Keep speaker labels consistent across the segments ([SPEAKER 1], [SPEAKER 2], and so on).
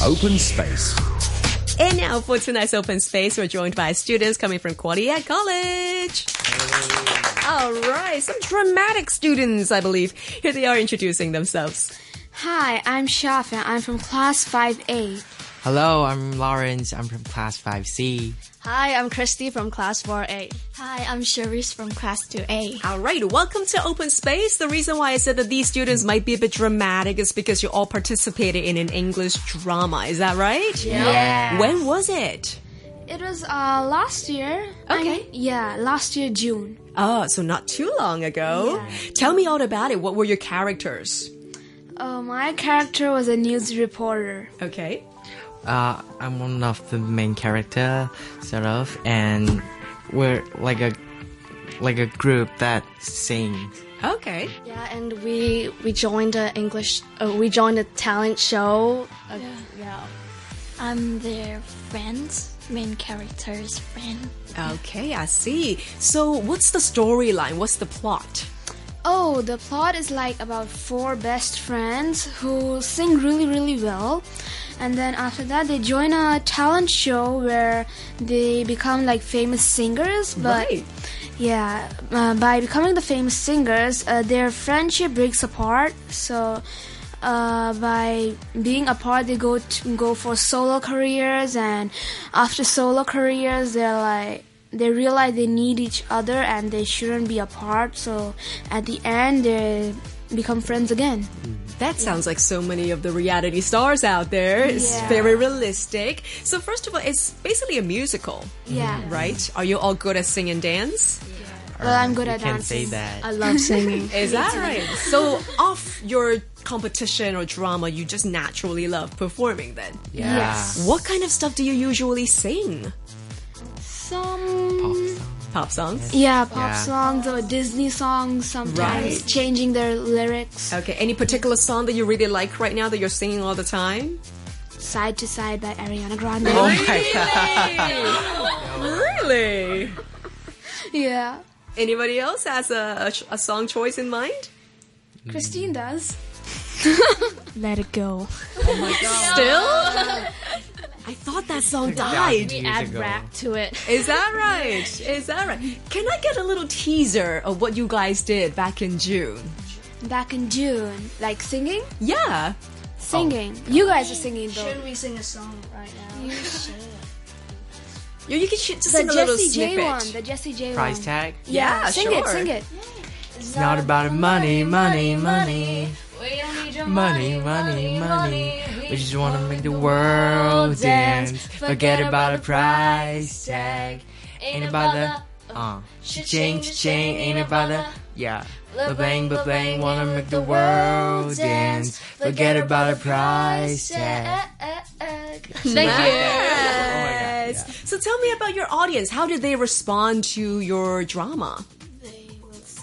[SPEAKER 1] Open Space.
[SPEAKER 2] And now for tonight's open space, we're joined by students coming from Quadiat College. All right, some dramatic students, I believe. Here they are introducing themselves.
[SPEAKER 3] Hi, I'm Shafa. I'm from class 5A.
[SPEAKER 4] Hello, I'm Lawrence. I'm from class 5C.
[SPEAKER 5] Hi, I'm Christy from class 4A.
[SPEAKER 6] Hi, I'm Cherise from class 2A.
[SPEAKER 2] All right, welcome to Open Space. The reason why I said that these students might be a bit dramatic is because you all participated in an English drama. Is that right?
[SPEAKER 3] Yeah.
[SPEAKER 2] When was it?
[SPEAKER 3] It was uh last year. I
[SPEAKER 2] Okay.
[SPEAKER 3] mean, yeah, last year June.
[SPEAKER 2] Oh, so not too long ago. Tell me all about it. What were your characters?
[SPEAKER 3] Uh, my character was a news reporter.
[SPEAKER 2] Okay.
[SPEAKER 4] Uh, I'm one of the main character, sort of, and we're like a like a group that sings.
[SPEAKER 2] Okay.
[SPEAKER 5] Yeah, and we we joined a English uh, we joined a talent show. Uh, yeah.
[SPEAKER 6] I'm their friends, main character's friend.
[SPEAKER 2] Okay, I see. So, what's the storyline? What's the plot?
[SPEAKER 3] Oh, the plot is like about four best friends who sing really, really well. And then after that, they join a talent show where they become like famous singers. But
[SPEAKER 2] Right.
[SPEAKER 3] yeah, uh, by becoming the famous singers, uh, their friendship breaks apart. So uh, by being apart, they go to, go for solo careers, and after solo careers, they're like they realize they need each other and they shouldn't be apart. So at the end, they become friends again.
[SPEAKER 4] Mm-hmm.
[SPEAKER 2] That sounds like so many of the reality stars out there. It's
[SPEAKER 3] Yeah.
[SPEAKER 2] very realistic. So, first of all, it's basically a musical,
[SPEAKER 3] Yeah,
[SPEAKER 2] right?
[SPEAKER 3] Mm.
[SPEAKER 2] Are you all good at sing and dance?
[SPEAKER 3] Well, I'm good
[SPEAKER 4] you
[SPEAKER 3] at
[SPEAKER 4] can
[SPEAKER 3] dancing.
[SPEAKER 4] say that.
[SPEAKER 5] I love singing.
[SPEAKER 2] Is that right? So, off your competition or drama, you just naturally love performing then.
[SPEAKER 4] yeah.
[SPEAKER 3] yes.
[SPEAKER 2] What kind of stuff do you usually sing?
[SPEAKER 3] Some
[SPEAKER 4] Pop song.
[SPEAKER 2] Pop songs?
[SPEAKER 3] yeah pop
[SPEAKER 4] Yeah.
[SPEAKER 3] songs or Disney songs sometimes
[SPEAKER 2] Right.
[SPEAKER 3] changing their lyrics.
[SPEAKER 2] Okay, any particular song that you really like right now that you're singing all the time?
[SPEAKER 3] Side to Side by Ariana Grande.
[SPEAKER 4] Oh my god.
[SPEAKER 2] Really?
[SPEAKER 3] Yeah,
[SPEAKER 2] Anybody else has a, a, ch- a song choice in mind?
[SPEAKER 3] Christine
[SPEAKER 2] Mm.
[SPEAKER 3] does.
[SPEAKER 5] Let it go.
[SPEAKER 2] Still? I thought that song died.
[SPEAKER 4] Years
[SPEAKER 5] Add
[SPEAKER 4] ago.
[SPEAKER 5] rap to it.
[SPEAKER 2] Is that right? Is that right? Can I get a little teaser of what you guys did back in June?
[SPEAKER 3] Back in June, like singing.
[SPEAKER 2] Oh. Yeah.
[SPEAKER 3] Singing. you guys are singing though.
[SPEAKER 5] we sing a song right now?
[SPEAKER 2] You, you can sh- just
[SPEAKER 3] The
[SPEAKER 2] sing a little
[SPEAKER 3] Jesse J
[SPEAKER 2] snippet.
[SPEAKER 3] one. The Jesse J
[SPEAKER 4] Price
[SPEAKER 3] one.
[SPEAKER 4] tag.
[SPEAKER 2] Yeah,
[SPEAKER 3] sing it,
[SPEAKER 2] sure.
[SPEAKER 3] sing it.
[SPEAKER 4] It's not about money, money, money. Money, money, money. We just wanna make the world dance. Forget about the price tag. Ain't about the uh, change, change. Ain't about the yeah. The bang, the bang. Wanna make the world dance. Forget about the price tag. Oh
[SPEAKER 2] Yes. So tell me about your audience. How did they respond to your drama?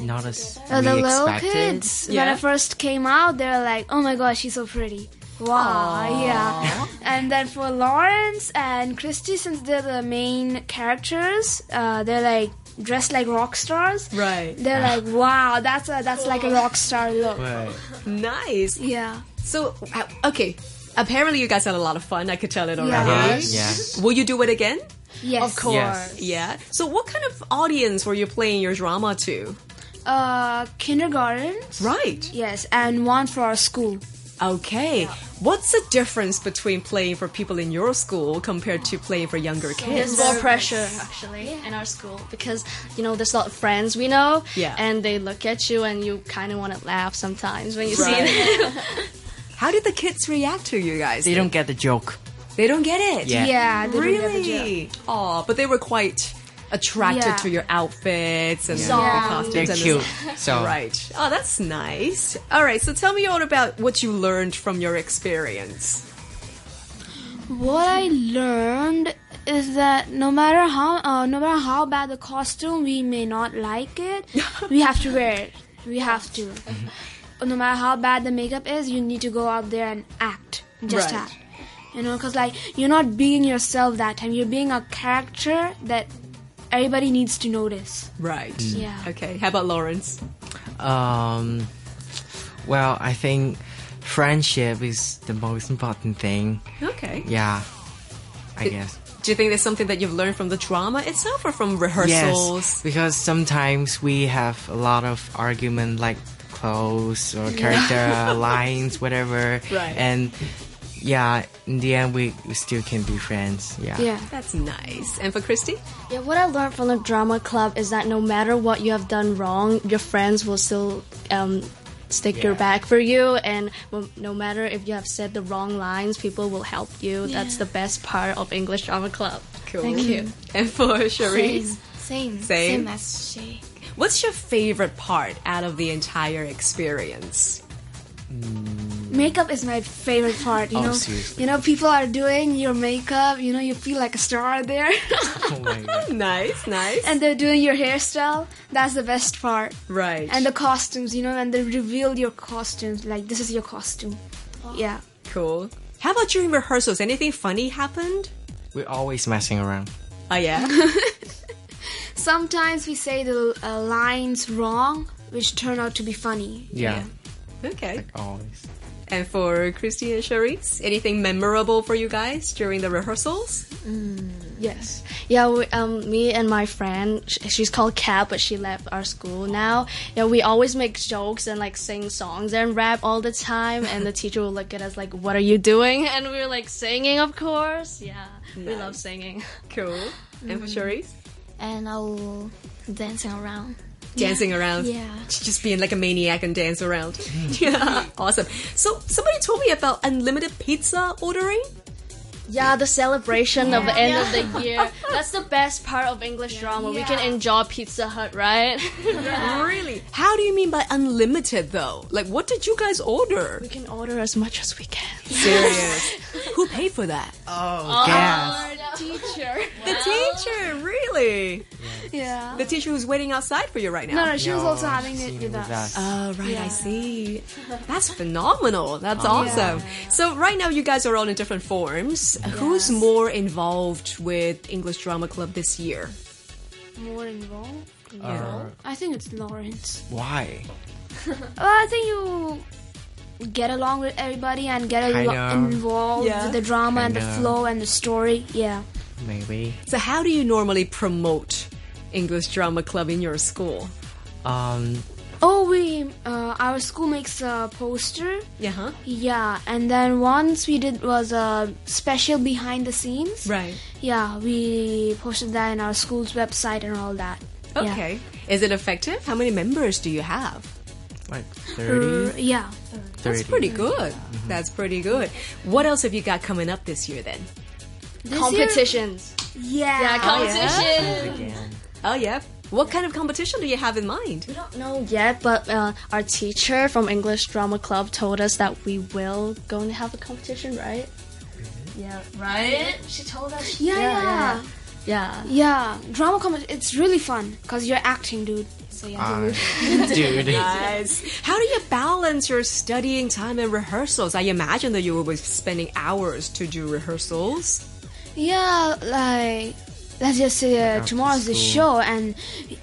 [SPEAKER 4] Not as
[SPEAKER 3] Uh, the
[SPEAKER 4] we
[SPEAKER 3] little
[SPEAKER 4] expected.
[SPEAKER 3] kids when
[SPEAKER 2] Yeah.
[SPEAKER 3] I first came out, they're like, "Oh my gosh, she's so pretty." Wow, yeah. And then for Lawrence and Christy, since they're the main characters, uh, they're like dressed like rock stars.
[SPEAKER 2] Right.
[SPEAKER 3] They're like, "Wow, that's a that's like a rock star look."
[SPEAKER 4] But
[SPEAKER 2] Nice.
[SPEAKER 3] Yeah.
[SPEAKER 2] So, uh, okay. Apparently, you guys had a lot of fun. I could tell it already.
[SPEAKER 4] yeah,
[SPEAKER 3] Yes.
[SPEAKER 4] yeah.
[SPEAKER 2] Will you do it again?
[SPEAKER 3] Yes. Of course.
[SPEAKER 4] Yes.
[SPEAKER 2] Yeah. So, what kind of audience were you playing your drama to?
[SPEAKER 3] Uh, kindergarten.
[SPEAKER 2] Right.
[SPEAKER 3] Yes, and one for our school.
[SPEAKER 2] Okay. What's the difference between playing for people in your school compared to playing for younger kids?
[SPEAKER 5] There's more pressure actually in our school because you know there's a lot of friends we know,
[SPEAKER 2] Yeah.
[SPEAKER 5] and they look at you and you kind of want to laugh sometimes when you
[SPEAKER 2] Right.
[SPEAKER 5] see them.
[SPEAKER 2] How did the kids react to you guys?
[SPEAKER 4] They don't get the joke.
[SPEAKER 2] They don't get it.
[SPEAKER 4] Yeah.
[SPEAKER 3] Yeah, they don't get the joke.
[SPEAKER 2] Really? Oh, but they were quite attracted
[SPEAKER 3] Yeah.
[SPEAKER 2] to your outfits and
[SPEAKER 3] Yeah.
[SPEAKER 2] the costumes.
[SPEAKER 4] They're
[SPEAKER 2] and the-
[SPEAKER 4] cute. So
[SPEAKER 2] Right. Oh, that's nice. All right. So tell me all about what you learned from your experience.
[SPEAKER 3] What I learned is that no matter how uh, no matter how bad the costume, we may not like it. we have to wear it. We have to. no matter how bad the makeup is, you need to go out there and act. Just
[SPEAKER 2] Right.
[SPEAKER 3] act. You know, because like you're not being yourself that time. You're being a character that everybody needs to notice.
[SPEAKER 2] Right.
[SPEAKER 4] Mm.
[SPEAKER 3] Yeah.
[SPEAKER 2] Okay. How about Lawrence?
[SPEAKER 4] Um, well, I think friendship is the most important thing.
[SPEAKER 2] Okay.
[SPEAKER 4] Yeah, I
[SPEAKER 2] It-
[SPEAKER 4] guess.
[SPEAKER 2] Do you think there's something that you've learned from the drama itself or from rehearsals?
[SPEAKER 4] Yes, because sometimes we have a lot of argument, like clothes or character lines, whatever.
[SPEAKER 2] Right.
[SPEAKER 4] And yeah, in the end, we we still can be friends. Yeah.
[SPEAKER 5] Yeah.
[SPEAKER 2] That's nice. And for Christy?
[SPEAKER 5] Yeah, what I learned from the drama club is that no matter what you have done wrong, your friends will still um, stick your
[SPEAKER 4] Yeah.
[SPEAKER 5] back for you, and well, no matter if you have said the wrong lines, people will help you. That's the best part of English drama club.
[SPEAKER 2] Cool. Thank you. And for Cherie?
[SPEAKER 6] Same. Same.
[SPEAKER 2] Same?
[SPEAKER 6] as she.
[SPEAKER 2] What's your favorite part out of the entire experience?
[SPEAKER 3] Makeup is my favorite part. You know,
[SPEAKER 4] Oh, seriously.
[SPEAKER 3] you know, people are doing your makeup. You know, you feel like a star there,
[SPEAKER 4] Oh my God.
[SPEAKER 2] Nice, nice.
[SPEAKER 3] and they're doing your hairstyle. That's the best part.
[SPEAKER 2] right.
[SPEAKER 3] And the costumes, you know, and they reveal your costumes. Like this is your costume. Yeah.
[SPEAKER 2] cool. How about during rehearsals? Anything funny happened?
[SPEAKER 4] We're always messing around.
[SPEAKER 2] Oh yeah.
[SPEAKER 3] Sometimes we say the uh, lines wrong, which turn out to be funny.
[SPEAKER 4] Yeah.
[SPEAKER 2] okay.
[SPEAKER 4] Always.
[SPEAKER 2] And for Christy and Cherise, anything memorable for you guys during the rehearsals?
[SPEAKER 5] Yes. Yeah, we, um, me and my friend, sh- she's called Kat, but she left our school now. Yeah, we always make jokes and like sing songs and rap all the time, and the teacher will look at us like, What are you doing? And we were like, Singing, of course. Yeah, we love singing.
[SPEAKER 2] Cool. And for Cherise?
[SPEAKER 6] And I'll dancing around.
[SPEAKER 2] Dancing around.
[SPEAKER 6] Yeah.
[SPEAKER 2] Just being like a maniac and dance around. yeah. Awesome. So somebody told me about unlimited pizza ordering.
[SPEAKER 5] Yeah, the celebration of the end of the year. That's the best part of English drama. We can enjoy Pizza Hut, right?
[SPEAKER 2] Really? How do you mean by unlimited though? Like what did you guys order?
[SPEAKER 5] we can order as much as we can.
[SPEAKER 2] Serious. Who paid for that?
[SPEAKER 4] Oh, gas.
[SPEAKER 5] Our teacher.
[SPEAKER 2] The teacher, really?
[SPEAKER 3] Yeah.
[SPEAKER 2] The teacher who's waiting outside for you right now.
[SPEAKER 3] No, no, she was also having
[SPEAKER 4] she's
[SPEAKER 3] it
[SPEAKER 4] seen
[SPEAKER 3] with us.
[SPEAKER 4] Uh,
[SPEAKER 2] Oh, right, I see. That's phenomenal. That's awesome. So, right now, you guys are all in different forms. Who's more involved with English Drama Club this year?
[SPEAKER 3] More involved.
[SPEAKER 4] Uh,
[SPEAKER 3] I think it's Lawrence.
[SPEAKER 4] why?
[SPEAKER 3] Well, Uh, I think you get along with everybody and get
[SPEAKER 4] Kinda.
[SPEAKER 3] alo- involved
[SPEAKER 2] Yeah.
[SPEAKER 3] with the drama and the
[SPEAKER 4] Kinda.
[SPEAKER 3] flow and the story. Yeah.
[SPEAKER 4] Maybe.
[SPEAKER 2] So, how do you normally promote English Drama Club in your school?
[SPEAKER 4] Um.
[SPEAKER 3] Oh, we uh, our school makes a poster.
[SPEAKER 2] Yeah, huh?
[SPEAKER 3] Yeah, and then once we did was a special behind the scenes.
[SPEAKER 2] Right.
[SPEAKER 3] Yeah, we posted that in our school's website and all that. Yeah.
[SPEAKER 2] Okay. Is it effective? How many members do you have?
[SPEAKER 4] Like
[SPEAKER 3] Uh,
[SPEAKER 4] 30,
[SPEAKER 3] yeah.
[SPEAKER 4] 30.
[SPEAKER 2] That's pretty good. That's pretty good. What else have you got coming up this year then?
[SPEAKER 3] This
[SPEAKER 5] Competitions.
[SPEAKER 3] Year, yeah.
[SPEAKER 5] Yeah, competition.
[SPEAKER 4] Again.
[SPEAKER 2] Oh, yeah. What kind of competition do you have in mind?
[SPEAKER 5] We don't know yet, but uh, our teacher from English Drama Club told us that we will going to have a competition, right? Yeah, right. She told us.
[SPEAKER 3] Yeah, yeah,
[SPEAKER 5] yeah. Yeah.
[SPEAKER 3] Yeah, drama comedy. It's really fun because you're acting, dude.
[SPEAKER 5] So yeah.
[SPEAKER 4] Uh, dude.
[SPEAKER 2] Yes. How do you balance your studying time and rehearsals? I imagine that you were always spending hours to do rehearsals.
[SPEAKER 3] Yeah, like let's just say uh,
[SPEAKER 4] after
[SPEAKER 3] tomorrow's the show,
[SPEAKER 4] school.
[SPEAKER 3] and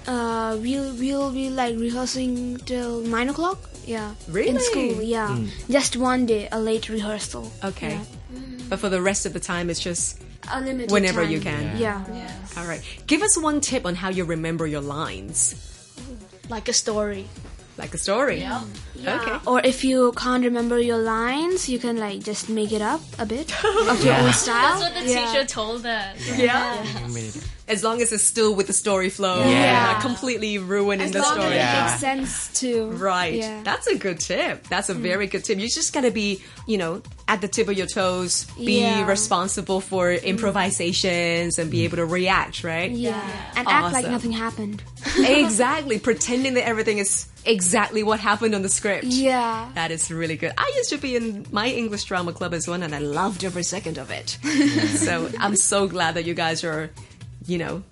[SPEAKER 3] uh, we'll we'll be like rehearsing till nine o'clock. Yeah,
[SPEAKER 2] Really? Hmm.
[SPEAKER 3] in school. Yeah, just one day, a late rehearsal.
[SPEAKER 2] Okay. But for the rest of the time, it's just
[SPEAKER 3] A limited
[SPEAKER 2] whenever
[SPEAKER 3] time.
[SPEAKER 2] you can.
[SPEAKER 3] Yeah.
[SPEAKER 2] All right. Give us one tip on how you remember your lines,
[SPEAKER 5] Like a story.
[SPEAKER 2] like a story. Okay.
[SPEAKER 3] Or if you can't remember your lines, you can like just make it up a bit of your own style. Yeah.
[SPEAKER 5] told us.
[SPEAKER 2] Yeah.
[SPEAKER 4] You made it.
[SPEAKER 2] As long as it's still with the story flow,
[SPEAKER 4] Yeah.
[SPEAKER 2] not completely ruining the
[SPEAKER 3] As long
[SPEAKER 2] story.
[SPEAKER 3] as
[SPEAKER 4] Yeah.
[SPEAKER 3] it makes sense too.
[SPEAKER 2] Right.
[SPEAKER 3] Yeah. Hmm.
[SPEAKER 2] That's a good tip. That's a very good tip. You just gotta be, you know, at the tip of your toes, be
[SPEAKER 3] Yeah.
[SPEAKER 2] responsible for improvisations
[SPEAKER 4] Hmm.
[SPEAKER 2] and be able to react, right?
[SPEAKER 3] yeah. And act like
[SPEAKER 2] Awesome.
[SPEAKER 3] nothing happened.
[SPEAKER 2] exactly. Pretending that everything is exactly what happened on the script.
[SPEAKER 3] Yeah.
[SPEAKER 2] That is really good. I used to be in my English drama club as one, and I loved every second of it. so I'm so glad that you guys are, you know,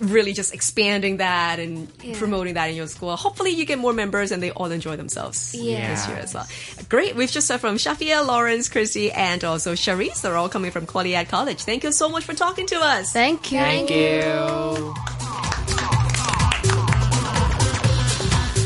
[SPEAKER 2] really just expanding that and promoting that in your school. Hopefully, you get more members and they all enjoy themselves this
[SPEAKER 4] Yeah.
[SPEAKER 2] year as well. Great. We've just heard from Shafia, Lawrence, Christy, and also Sharice. They're all coming from Qualiad College. Thank you so much for talking to us.
[SPEAKER 5] Thank you.
[SPEAKER 4] Thank you.